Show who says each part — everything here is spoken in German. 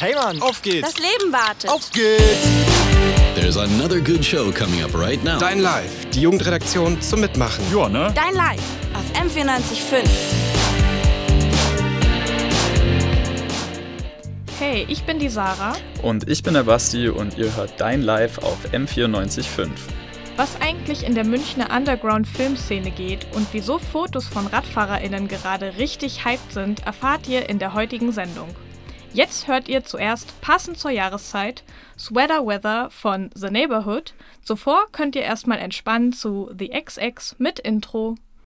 Speaker 1: Hey Mann, auf geht's.
Speaker 2: Das Leben wartet.
Speaker 1: Auf geht's.
Speaker 3: There's another good show coming up right now.
Speaker 4: Dein Live, die Jugendredaktion zum Mitmachen.
Speaker 5: Ja, ne?
Speaker 2: Dein Live auf M945.
Speaker 6: Hey, ich bin die Sarah.
Speaker 7: Und ich bin der Basti und ihr hört Dein Live auf M945.
Speaker 6: Was eigentlich in der Münchner Underground-Filmszene geht und wieso Fotos von RadfahrerInnen gerade richtig hyped sind, erfahrt ihr in der heutigen Sendung. Jetzt hört ihr zuerst passend zur Jahreszeit Sweater Weather von The Neighborhood. Zuvor könnt ihr erstmal entspannen zu The XX mit Intro.